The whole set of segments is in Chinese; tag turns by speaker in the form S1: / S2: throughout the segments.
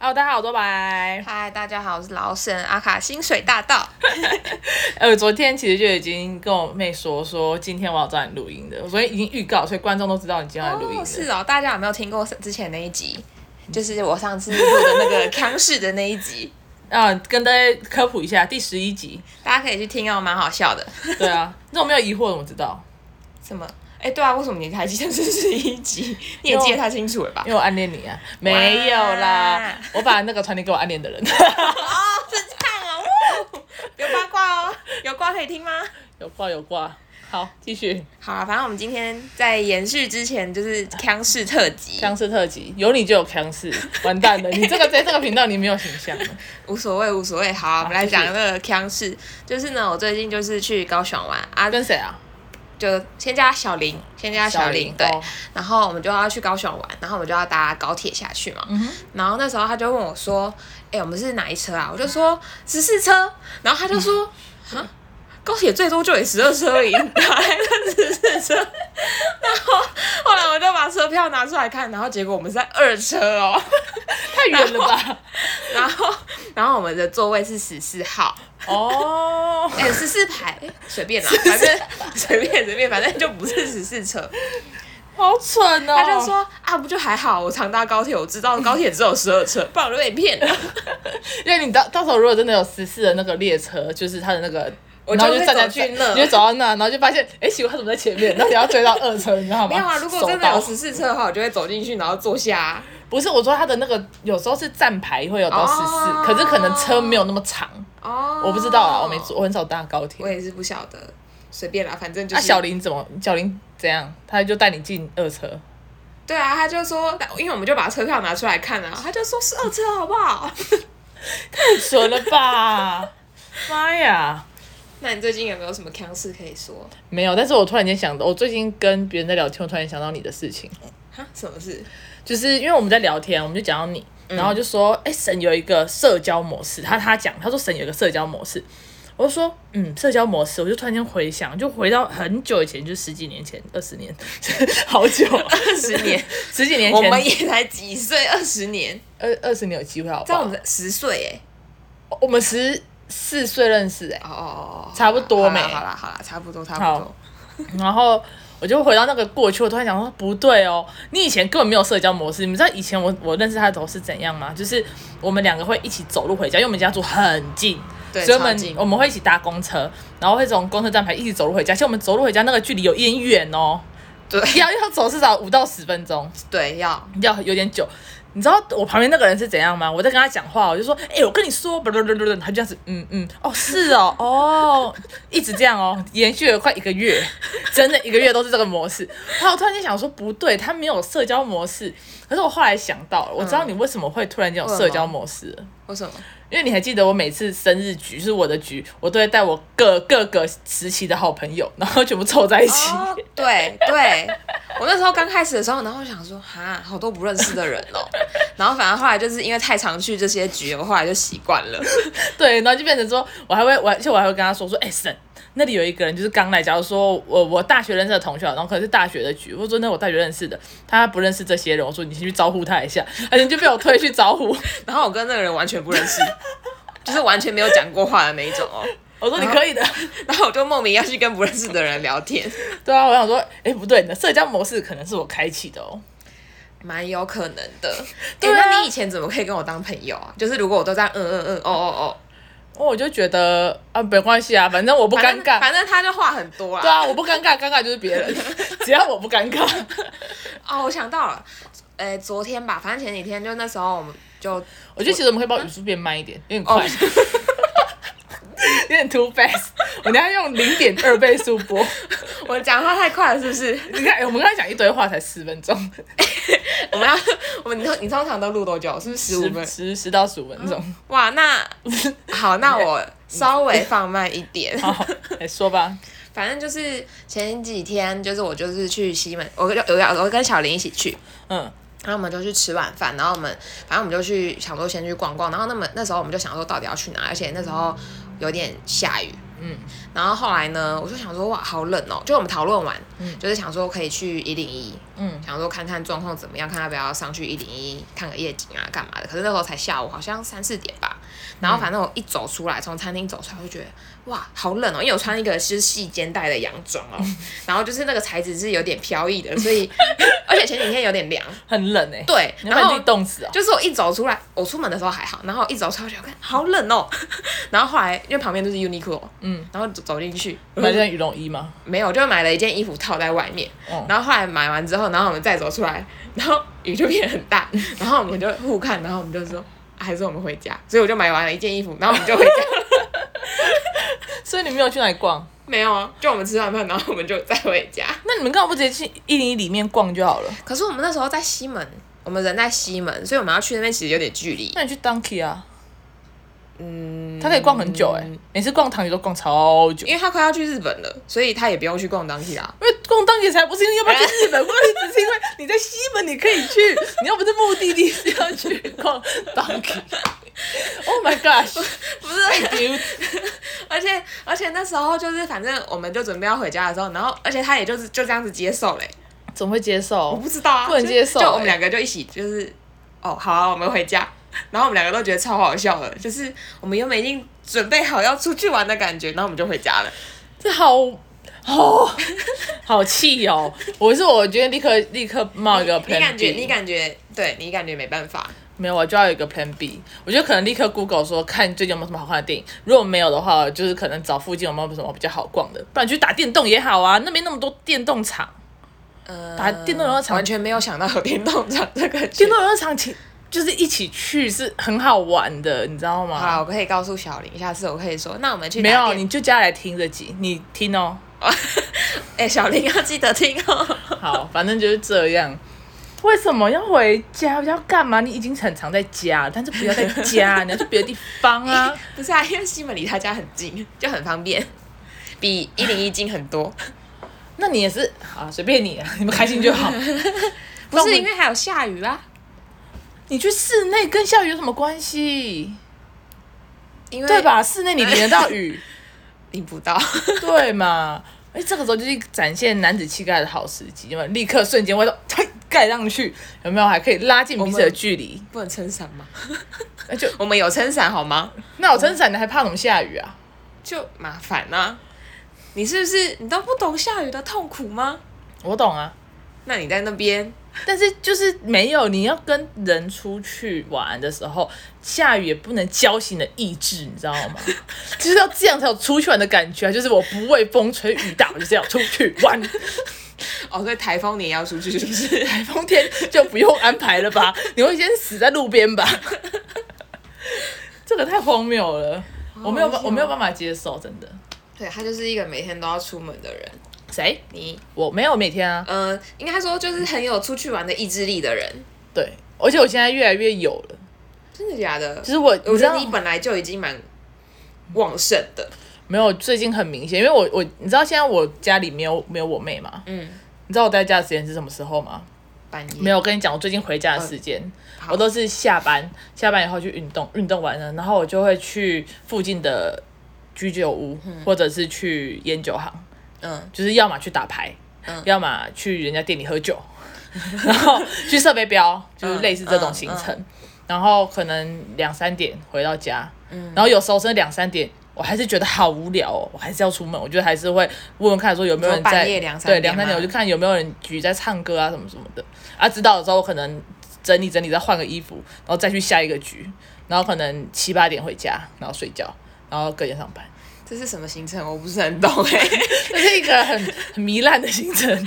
S1: Hello，大家好，我多白。
S2: 嗨，大家好，我是老沈阿卡薪水大盗。
S1: 哎、我昨天其实就已经跟我妹说，说今天我要找你录音的，我昨天已经预告，所以观众都知道你今天要来录音的。
S2: 是哦，大家有没有听过之前那一集？就是我上次录的那个康氏的那一集，
S1: 啊，跟大家科普一下，第十一集。
S2: 大家可以去听哦，蛮好笑的。
S1: 对啊，你怎么没有疑惑？我知道，
S2: 什么？哎，对啊，为什么你还记得这是一集？ 你也记得太清楚了吧
S1: 因？为我暗恋你啊。没有啦
S2: 哇，
S1: 我把那个传递给我暗恋的人。
S2: 哦，是这样哦，哇有八卦哦，有卦可以听吗？
S1: 有挂有挂，好，继续。
S2: 好了，反正我们今天在延续之前就是康氏特辑，
S1: 僵尸特辑，有你就有僵尸，完蛋 了！你这个在这个频道你没有形象了。
S2: 无所谓无所谓。好啊、我们来
S1: 继续
S2: 讲那个康氏，就是呢，我最近就是去高雄玩啊，
S1: 跟谁啊？
S2: 就先加小林，先加小林，对。
S1: 哦
S2: 然后我们就要去高雄玩，然后我们就要搭高铁下去嘛。
S1: 嗯哼
S2: 然后那时候他就问我说：“哎、我们是哪一车啊？”我就说十四车，然后他就说：“
S1: 嗯
S2: 啊、高铁最多就也十二车而已，哪来的十四车？”然后后来我就把车票拿出来看，然后结果我们是在二车哦，
S1: 太远了吧？
S2: 然后然后我们的座位是十四号。
S1: 哦，
S2: 哎，十四排哎随便啦，反正随便随便，反正就不是十四车。
S1: 好蠢哦！
S2: 他就说啊，不就还好，我常搭高铁，我知道高铁只有十二车， 不然我就被骗了。
S1: 因为你到到时候如果真的有十四的那个列车，就是它的那个，
S2: 我
S1: 然后就
S2: 就会
S1: 站下
S2: 走
S1: 去，
S2: 在那
S1: 你就走到那，然后就发现，哎、奇怪，他怎么在前面？然后你要追到二车，你知道吗？
S2: 没有啊，如果真的有
S1: 手刀
S2: 十四车的话，我就会走进去，然后坐下、 啊。
S1: 不是我说他的那个有时候是站牌会有到十四、
S2: 哦
S1: 可是可能车没有那么长，
S2: 哦，
S1: 我不知道啊，我没，坐，我很少搭高铁。
S2: 我也是不晓得，随便啦，反正就
S1: 那、
S2: 是。
S1: 小林怎么？小林怎样？他就带你进二车，
S2: 对啊，他就说，因为我们就把车票拿出来看啊，他就说十二车好不好？
S1: 准了吧？妈呀！
S2: 那你最近有没有什么腔事可以说？
S1: 没有，但是我突然间想到，我最近跟别人在聊天，我突然想到你的事情。
S2: 哈，什么事？
S1: 就是因为我们在聊天，我们就讲到你，
S2: 嗯
S1: 然后就说，哎、神有一个社交模式，他他讲，他说神有一个社交模式，我就说，嗯，社交模式，我就突然间回想，就回到很久以前，就十几年前，二十年， 好久，二
S2: 十年，
S1: 十几年
S2: 我们
S1: 前，
S2: 也才几岁，二十年，
S1: 二二十年有机会好不
S2: 在我
S1: 好
S2: 们？的十岁
S1: 我们十四岁认识、欸
S2: 哎，哦哦哦，
S1: 差不多
S2: 好啦
S1: 没
S2: 好啦好啦，差不多差
S1: 好
S2: 不多。
S1: 哎，然后。我就回到那个过去，我突然想说，不对哦，你以前根本没有社交模式。你们知道以前我我认识他的时候是怎样吗？就是我们两个会一起走路回家，因为我们家住很近，
S2: 对，
S1: 所以我
S2: 超
S1: 们
S2: 近
S1: 我们会一起搭公车，然后会从公车站牌一起走路回家。其实我们走路回家那个距离有点远哦，
S2: 对
S1: 要要走至少五到十分钟，
S2: 对要
S1: 要有点久。你知道我旁边那个人是怎样吗？我在跟他讲话，我就说：“哎、我跟你说，不不不不不，他就这样子，嗯嗯，哦，是哦，哦，一直这样哦，延续了快一个月，真的一个月都是这个模式。”然后我突然间想说，不对，他没有社交模式。可是我后来想到了，我知道你为什么会突然间有社交模式了。
S2: 为什么？
S1: 因为你还记得我每次生日局就是我的局，我都会带我各各个时期的好朋友，然后全部凑在一起。
S2: 哦，对 对，我那时候刚开始的时候，然后我想说，哈，好多不认识的人哦。 然后反正后来就是因为太常去这些局，我后来就习惯了。
S1: 对，然后就变成说，我还会，我而且我还会跟他说说，哎、沈，那里有一个人就是刚来，假如说我我大学认识的同学，然后可能是大学的局，我说那我大学认识的，他不认识这些人，我说你先去招呼他一下，而且就被我推去招呼，
S2: 然后我跟那个人完全不认识， 就是完全没有讲过话的那一种哦。
S1: 我说你可以的。
S2: 然后我就莫名要去跟不认识的人聊天，
S1: 对啊，我想说，哎、不对，你的社交模式可能是我开启的哦。
S2: 蛮有可能的。
S1: 对
S2: 对、
S1: 啊
S2: 那你以前怎么可以跟我当朋友啊？就是如果我都这样，嗯嗯嗯，哦哦
S1: 我就觉得啊，没关系啊，反正我不
S2: 哦，
S1: 尴
S2: 反正
S1: 尬。
S2: 反正他就话很多啦。
S1: 对啊，我不尴尬，尴尬就是别人， 只要我不尴尬。
S2: 哦，我想到了，呃，昨天吧，反正前几天就那时候我们就
S1: 我觉得其实我们可以把语速变慢一点，有点快，
S2: 啊哦
S1: 有点 too fast。我等一下用零点二倍速 播。
S2: 我讲话太快了，是不 是？
S1: 你看，哎我们刚才讲一堆话才十分钟，
S2: 我们要，我们你通你通常都录多久？是不是十五分
S1: 十？十十到十五分钟。
S2: 哇， 那好，那我稍微放慢一点。
S1: 好，来说吧。
S2: 反正就是前几天，就是我就是去西门，我跟我我跟小林一起去，
S1: 嗯，
S2: 然后我们就去吃晚饭，然后我们反正我们就去想说先去逛逛，然后那么那时候我们就想说到底要去哪，而且那时候有点下雨，
S1: 嗯
S2: 然后后来呢，我就想说哇，好冷哦！就我们讨论完，就是想说可以去一零一，
S1: 嗯，
S2: 想说看看状况怎么样，看要不要上去一零一看个夜景啊，干嘛的。可是那时候才下午，好像三四点吧。然后反正我一走出来，从餐厅走出来，我就觉得哇，好冷哦！因为我穿一个就是细肩带的洋装 哦，然后就是那个材质是有点飘逸的，所以而且前几天有点 凉。
S1: 很冷哎、欸，，
S2: 对，
S1: 你要
S2: 然
S1: 把你
S2: 后
S1: 自己冻死哦。
S2: 就是我一走出来，我出门的时候还好，然后一走出来我就看好冷 哦，然后后来因为旁边就是 Uniqlo，
S1: 嗯，
S2: 然后走走进去，
S1: 买件羽绒衣吗？
S2: 没有，就买了一件衣服套在外面，
S1: 哦
S2: 然后后来买完之后，然后我们再走出来，然后雨就变很大， 然后我们就互看，然后我们就说。啊还是我们回家，所以我就买完了一件衣服，然后我们就回家。
S1: 所以你没有去哪里逛？
S2: 没有啊，就我们吃完饭，然后我们就再回家。
S1: 那你们干嘛不直接去一零一里面逛就好了？
S2: 可是我们那时候在西门，我们人在西门，所以我们要去那边其实有点距离。
S1: 那你去 Donkey 啊，
S2: 嗯，
S1: 它可以逛很久哎、欸，每次逛唐吉都逛超久。
S2: 因为他快要去日本了，所以他也不用去逛当地啦。
S1: 因为逛当地才不是因为要不要去日本，逛地只是因为你在西门你可以去，你又不是目的地是要去逛当地。Oh my gosh,
S2: 不是，
S1: dude！
S2: 而且而且那时候就是，反正我们就准备要回家的时候，然后而且他也就是就这样子接受欸嘞、
S1: 怎么会接
S2: 我
S1: 受？
S2: 不知道啊，
S1: 不能接受
S2: 就就我
S1: 欸
S2: 们两个就一起就是，哦，好啊，我们回家。 然后我们两个都觉得超好笑的，就是我们原本已经准备好要出去玩的感觉，然后我们就回家了。
S1: 这好哦，好气哦！我是我觉得立刻立刻冒一个 plan
S2: 你感觉
S1: B
S2: 你感觉对你感觉没办法，
S1: 没有，我就要有一个 Plan B。我就可能立刻 Google 说看最近有没有什么好看的电影，如果没有的话，就是可能找附近有没有什么比较好逛的，不然去打电动也好啊，那边那么多电动场。
S2: 呃，
S1: 打电动游乐场
S2: 完全没有想到有电动场这个
S1: 电
S2: 电
S1: 动游乐场其就是一起去是很好玩的，你知道吗？
S2: 好，我可以告诉小林，下次我可以说，那我们去
S1: 没
S2: 打
S1: 有，
S2: 电
S1: 你就加来听这集，你听哦。
S2: 哎、小林要记得听哦。
S1: 好，反正就是这样。为什么要回家？要干嘛？你已经很常在家，但是不要在家，你要去别的地方啊。
S2: 不是啊，因为西门离他家很近，就很方便，比一零一近很 多。
S1: 那你也是好啊，随便你啊，你们开心就 好。
S2: 不是因为还有下雨啊，
S1: 你去室内跟下雨有什么关系？
S2: 因为
S1: 对？吧？室内你淋得到雨，
S2: 淋不到，
S1: 对嘛？哎，这个时候就是展现男子气概的好时机，因为立刻瞬间外套 嘿盖上去，有没有？还可以拉近彼此的距离。
S2: 不能撑伞吗？
S1: 那就
S2: 我们有撑伞好吗？
S1: 那我撑伞，你还怕什么下雨啊？
S2: 就麻烦啊。你是不是你都不懂下雨的痛苦吗？
S1: 我懂啊，
S2: 那你在那边，
S1: 但是就是没有，你要跟人出去玩的时候，下雨也不能浇熄你的意志，你知道吗？就是要这样才有出去玩的感觉啊！就是我不畏风吹雨打，我就是要出去玩。
S2: 哦，所以台风你也要出去是不是？
S1: 台风天就不用安排了吧？你会先死在路 边吧？这个太荒谬了，
S2: 啊
S1: 我没有办，我没有办法接受，真的。
S2: 对他就是一个每天都要出门的人。
S1: 谁？
S2: 你
S1: 我没有每天啊，
S2: 呃，应该说就是很有出去玩的意志力的人，
S1: 对，而且我现在越来越有了，
S2: 真的假的？
S1: 就是我，
S2: 我
S1: 知
S2: 觉
S1: 道
S2: 得你本来就已经蛮旺盛的。
S1: 没有，最近很明显，因为我我你知道现在我家里没有没有我妹嘛，
S2: 嗯，
S1: 你知道我待家的时间是什么时候吗？
S2: 半夜
S1: 没有，我跟你讲，我最近回家的时间，我都是下班，下班以后去运动，运动完了，然后我就会去附近的居酒屋，或者是去烟酒行，
S2: 嗯，
S1: 就是要么去打牌，
S2: 嗯
S1: 要么去人家店里喝酒，然后去射飞镖，就是
S2: 嗯
S1: 类似这种行程。然后可能两三点回到家，
S2: 嗯
S1: 然后有时候甚至两三点，我还是觉得好无聊哦，我还是要出门。我觉得还是会问问看说有没有人
S2: 你说
S1: 在
S2: 半夜两三
S1: 对
S2: 点
S1: 两三点，
S2: 吗
S1: 我就看有没有人举在唱歌啊什么什么的。啊，知道了之后，我可能整理整理，再换个衣服，然后再去下一个局，然后可能七八点回家，然后睡觉，然后隔天上班。
S2: 这是什么行程？我不是很懂哎、
S1: 这是一个很很糜烂的行程。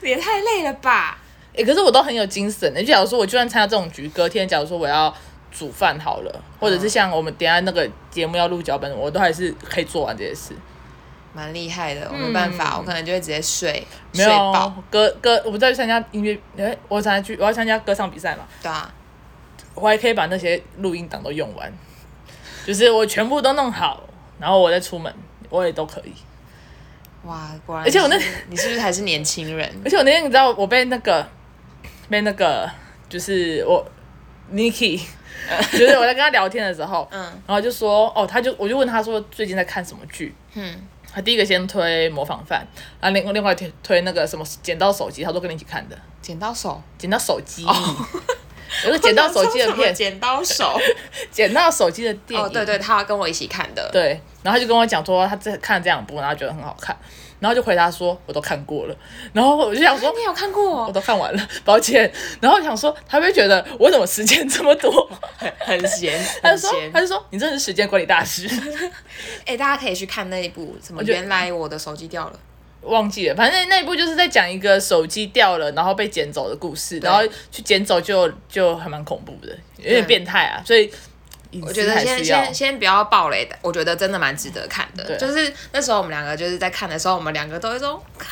S2: 也太累了吧？
S1: 欸，可是我都很有精神欸的、就假如说我就算参加这种局，隔天假如说我要煮饭好了，或
S2: 嗯
S1: 者是像我们等一下那个节目要录脚本，我都还是可以做完这些事。
S2: 蛮厉害的，我没办法，我可能就会直接睡，
S1: 没
S2: 睡
S1: 有
S2: 饱。
S1: 歌歌，我不再去参加音乐，哎、我参加去，我要参加歌唱比赛嘛，
S2: 对啊，
S1: 我还可以把那些录音档都用完，就是我全部都弄好，然后我再出门，我也都可以。
S2: 哇，果然
S1: 而且我那
S2: 是你是不是还是年轻人？
S1: 而且我那天你知道，我被那个被那个就是我 Niki，就是我在跟他聊天的时候，
S2: 嗯
S1: 然后就说哦，他就我就问他说最近在看什么剧，
S2: 嗯，
S1: 他第一个先推《模仿犯》，然后另另外推推那个什么《捡到手机》，他都跟你一起看的，《
S2: 剪 刀手，
S1: 捡到手机》
S2: 哦
S1: 有个捡到手机的片，
S2: 剪刀 手。
S1: 捡到手机的电影，
S2: 哦，对对，他跟我一起看的。
S1: 对，然后他就跟我讲说他这看这两部，然后觉得很好看，然后就回答说我都看过了，然后我就想说
S2: 哦你有看过
S1: 我？都看完了，抱歉，然后我想说他会不会觉得我怎么时间这么多，
S2: 很闲，
S1: 他
S2: 很
S1: 就说
S2: 闲
S1: 他。就说你真的是时间管理大师，
S2: 哎、大家可以去看那一部什么？
S1: 我觉得
S2: 原来我的手机掉了。
S1: 忘记了，反正那一部就是在讲一个手机掉了，然后被捡走的故事，然后去捡走就就还蛮恐怖的，有点变态啊，所以隐
S2: 我觉
S1: 私
S2: 得
S1: 还
S2: 先
S1: 是要
S2: 先先不要暴雷，我觉得真的蛮值得看的。
S1: 对
S2: 就是那时候我们两个就是在看的时候，我们两个都有一种靠，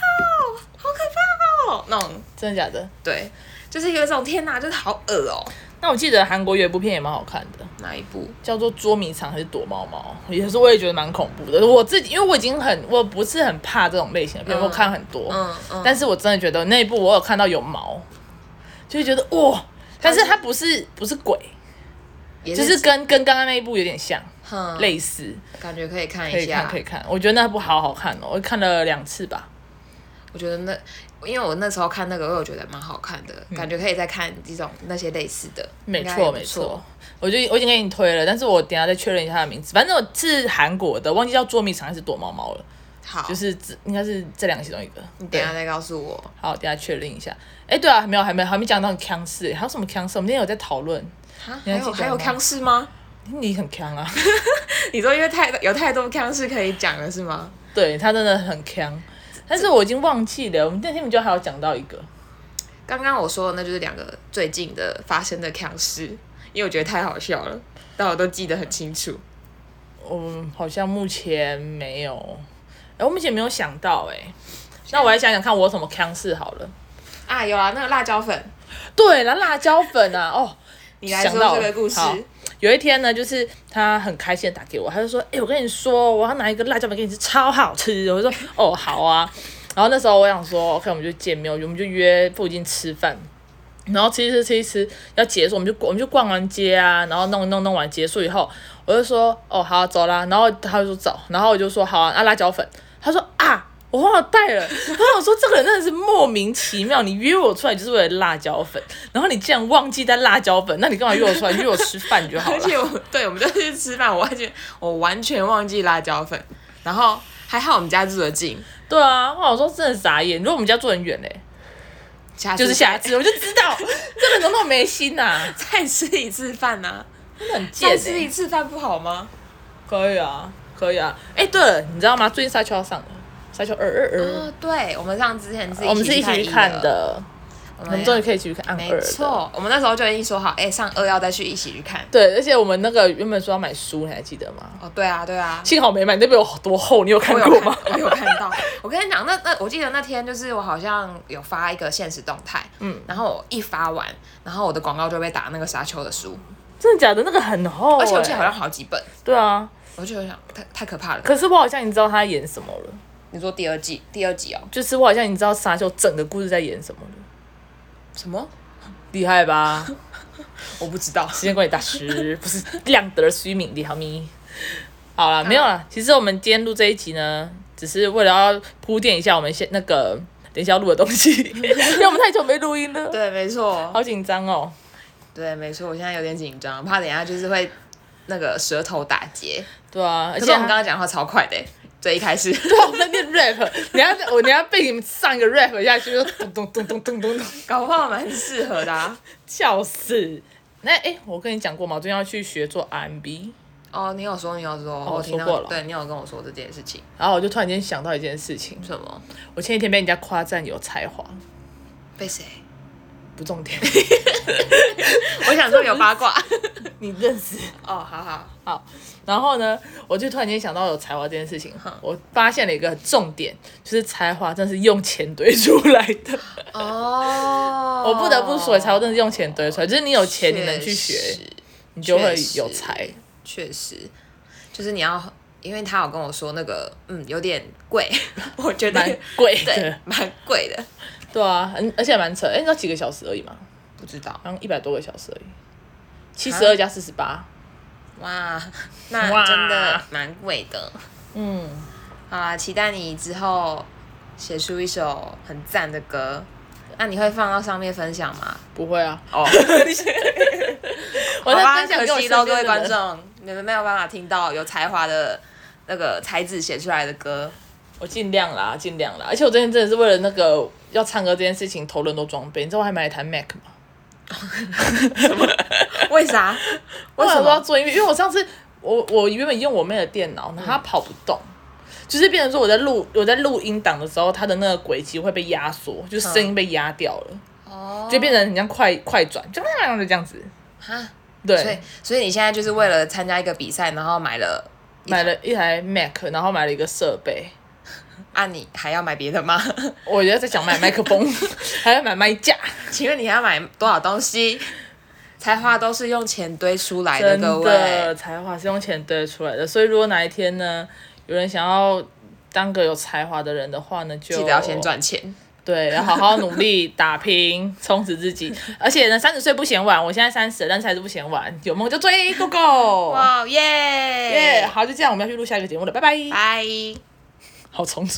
S2: 好可怕哦，那种
S1: 真的假的？
S2: 对，就是有一种天哪，就是好恶哦、
S1: 那我记得韩国有一部片也蛮好看的，
S2: 哪一部？
S1: 叫做捉迷藏还是躲猫猫，也是我也觉得蛮恐怖的。我自己因为我已经很我不是很怕这种类型的片，
S2: 嗯
S1: 我看很多，
S2: 嗯嗯，
S1: 但是我真的觉得那一部我有看到有毛，就会觉得哇，但是它不是不是鬼，
S2: 嗯也
S1: 就是跟跟刚刚那一部有点像，
S2: 嗯，
S1: 类似。
S2: 感觉可以看
S1: 可
S2: 一
S1: 以
S2: 下
S1: 看，可以看。我觉得那部好好看哦，我看了两次吧。
S2: 我觉得那，因为我那时候看那个，我有觉得蛮好看的，感觉可以再看这种那些类似的，
S1: 嗯没
S2: 应该也
S1: 错，
S2: 不
S1: 没错。。我就我已经给你推了，但是我等一下再确认一下它的名字。反正我是韩国的，忘记叫捉迷藏还是躲猫猫了，
S2: 好，
S1: 就是这应该是这两个其中一个。
S2: 你
S1: 对
S2: 等一，下再告诉我。
S1: 好，等一下确认一下。哎，对啊，还没有，还没有还没讲到很腔势，欸还有什么腔势？我们今天有在讨论，
S2: 啊，
S1: 你
S2: 还
S1: 还
S2: 有
S1: 记得
S2: 还有
S1: 吗
S2: 康氏吗？
S1: 你很腔啊，
S2: 你说因为太有太多康氏可以讲了是吗？
S1: 对他真的很腔，但是我已经忘记了。我们那天我们就还有讲到一个，
S2: 刚刚我说的那就是两个最近的发生的康氏，因为我觉得太好笑了，但我都记得很清楚。
S1: 嗯，好像目前没有，哎、我目前没有想到哎、那我来想想看，我有什么腔事好了。
S2: 啊，有啊，那个辣椒粉，
S1: 对了，辣椒粉啊，哦，
S2: 你来
S1: 想到
S2: 说这
S1: 了
S2: 个故 事。
S1: 好有一天呢，就是他很开心的打给我，他就说：“哎、我跟你说，我要拿一个辣椒粉给你吃，超好吃。”我就说：“哦，好啊。”然后那时候我想说，OK，我们就见面，我们就约附近吃饭。然后吃一吃吃一吃，要结束我们就我们就逛完街啊，然后弄一弄弄完结束以后，我就说哦好走啦，然后他就说走，然后我就说好啊，啊辣椒粉，他说啊我忘了带了，然后我说这个人真的是莫名其妙，你约我出来就是为了辣椒粉，然后你竟然忘记带辣椒粉，那你干嘛约我出来？你约我吃饭就好
S2: 而
S1: 了。
S2: 且我对我们就是去吃饭，我完全我完全忘记辣椒粉，然后还好我们家住得近，
S1: 对啊，我想说真的傻眼，如果我们家住很远嘞、
S2: 下次
S1: 就是下次我就知道这个人怎么那么没心呐、啊，
S2: 再吃一次饭呐、啊，
S1: 真的很贱、
S2: 再
S1: 欸。
S2: 吃一次饭不好吗？
S1: 可以啊，可以啊。哎、对了，你知道吗？最近《沙丘》要上了，《沙丘二二二》
S2: 哦，对，我们上之前是
S1: 嗯我们是一起去看
S2: 一，
S1: 的，
S2: 我
S1: 我们终于
S2: 们
S1: 可以一起去看按二
S2: 没
S1: 了。
S2: 错，我们那时候就已经说好，哎、上二要再去一起去看。
S1: 对，而且我们那个原本说要买书，你还记得吗？
S2: 哦，对啊，对啊，
S1: 幸好没买，那本有多厚，你有看
S2: 我
S1: 过
S2: 有
S1: 吗？
S2: 看，我有看到。我跟你讲，那那我记得那天就是我好像有发一个现实动态，嗯，然后我一发完，然后我的广告就被打那个沙丘的书，
S1: 真的假的？那个很厚、
S2: 而且我记得
S1: 哎
S2: 好像好几本，
S1: 对啊，
S2: 我就想太太可怕了。
S1: 可是我好像已经知道他在演什么了，
S2: 你说第二季第二集哦？
S1: 就是我好像已经知道沙丘整个故事在演什么了，
S2: 什么？
S1: 厉害吧？
S2: 我不知道。
S1: 时间管理大师不是亮得虚名的好咪。好了，没有了。其实我们今天录这一集呢，只是为了要铺垫一下我们现那个等一下要录的东西，因为我们太久没录音了，
S2: 对，没错，
S1: 好紧张哦。
S2: 对，没错。我现在有点紧张，怕等一下就是会那个舌头打结。
S1: 对啊，而
S2: 可
S1: 且
S2: 是我们
S1: 还
S2: 刚刚讲话超快的，欸最一 开始。
S1: 对啊我们在念 rap，你要我你要被你们上一个 rap 下去，就咚咚咚咚咚咚咚，
S2: 搞不好蛮适合的、啊。
S1: 笑死。那哎、诶我跟你讲过吗？我最近要去学做 RMB，
S2: 哦，你有说，你有说，
S1: 我
S2: 我听
S1: 说
S2: 到
S1: 过，了
S2: 对你有跟我说这件事情，
S1: 然后我就突然间想到一件事情，
S2: 什么？
S1: 我前几天被人家夸赞有才华，
S2: 被谁？
S1: 不重点，
S2: 我想说有八 卦。
S1: 你认识。
S2: 哦，好好，
S1: 好，然后呢，我就突然间想到有才华这件事情，我发现了一个重点，就是才华真是用钱堆出来的。
S2: 哦，
S1: 我不得不说，才华真的是用钱堆出来，就是你有钱，你能去
S2: 确
S1: 学，
S2: 实，
S1: 你就会
S2: 确实
S1: 有才。
S2: 确实，就是你要，因为他有跟我说那个，嗯，有点贵， 我觉得
S1: 蛮贵的
S2: 对，蛮贵的，
S1: 对啊，嗯而且蛮扯，哎，你知道几个小时而已嘛，
S2: 不知道，
S1: 好像一百多个小时而已。七十二加四十八，
S2: 哇，那
S1: 哇
S2: 真的蛮贵的。
S1: 嗯，
S2: 好啦，期待你之后写出一首很赞的歌。那你会放到上面分享吗？
S1: 不会啊，
S2: 哦，
S1: 我
S2: 好
S1: 在
S2: 吧，
S1: 分享
S2: 可
S1: 给我
S2: 惜喽，
S1: 身
S2: 各
S1: 边
S2: 位
S1: 的
S2: 观
S1: 人。
S2: 众，你们没有办法听到有才华的那个才子写出来的 歌。
S1: 我尽量啦，尽量啦。而且我最近真的是为了那个要唱歌这件事情，投了很多装备。你知道我还买了一台 Mac 吗？
S2: 为啥？为什
S1: 我要
S2: 么？
S1: 做音乐？因为我上次我我原本用我妹的电脑，
S2: 嗯
S1: 然后她跑不动，就是变成说我在录我在录音档的时候，它的那个轨迹会被压缩，就是声音被压掉了，
S2: 哦，
S1: 就变成很像快快转，就那样的这样子。
S2: 哈，所以
S1: 对，
S2: 所以你现在就是为了参加一个比赛，然后买了一台
S1: 买了一台 Mac，然后买了一个设备。
S2: 啊？你还要买别的吗？
S1: 我也在想买麦克风， 还要买麦架，
S2: 请问你还要买多少东西？才华都是用钱堆出来的，
S1: 真
S2: 各
S1: 的
S2: 位。
S1: 才华是用钱堆出来的。所以如果哪一天呢，有人想要当个有才华的人的话呢，就
S2: 记得要先赚钱。
S1: 对，要好好努力打拼，充实自己。而且呢，三十岁不嫌晚，我现在三十，但是还是不嫌晚，有梦就追，Go Go！
S2: 哇耶！
S1: 耶好，就这样，我们要去录下一个节目了，拜拜。
S2: 拜。
S1: 好冲突。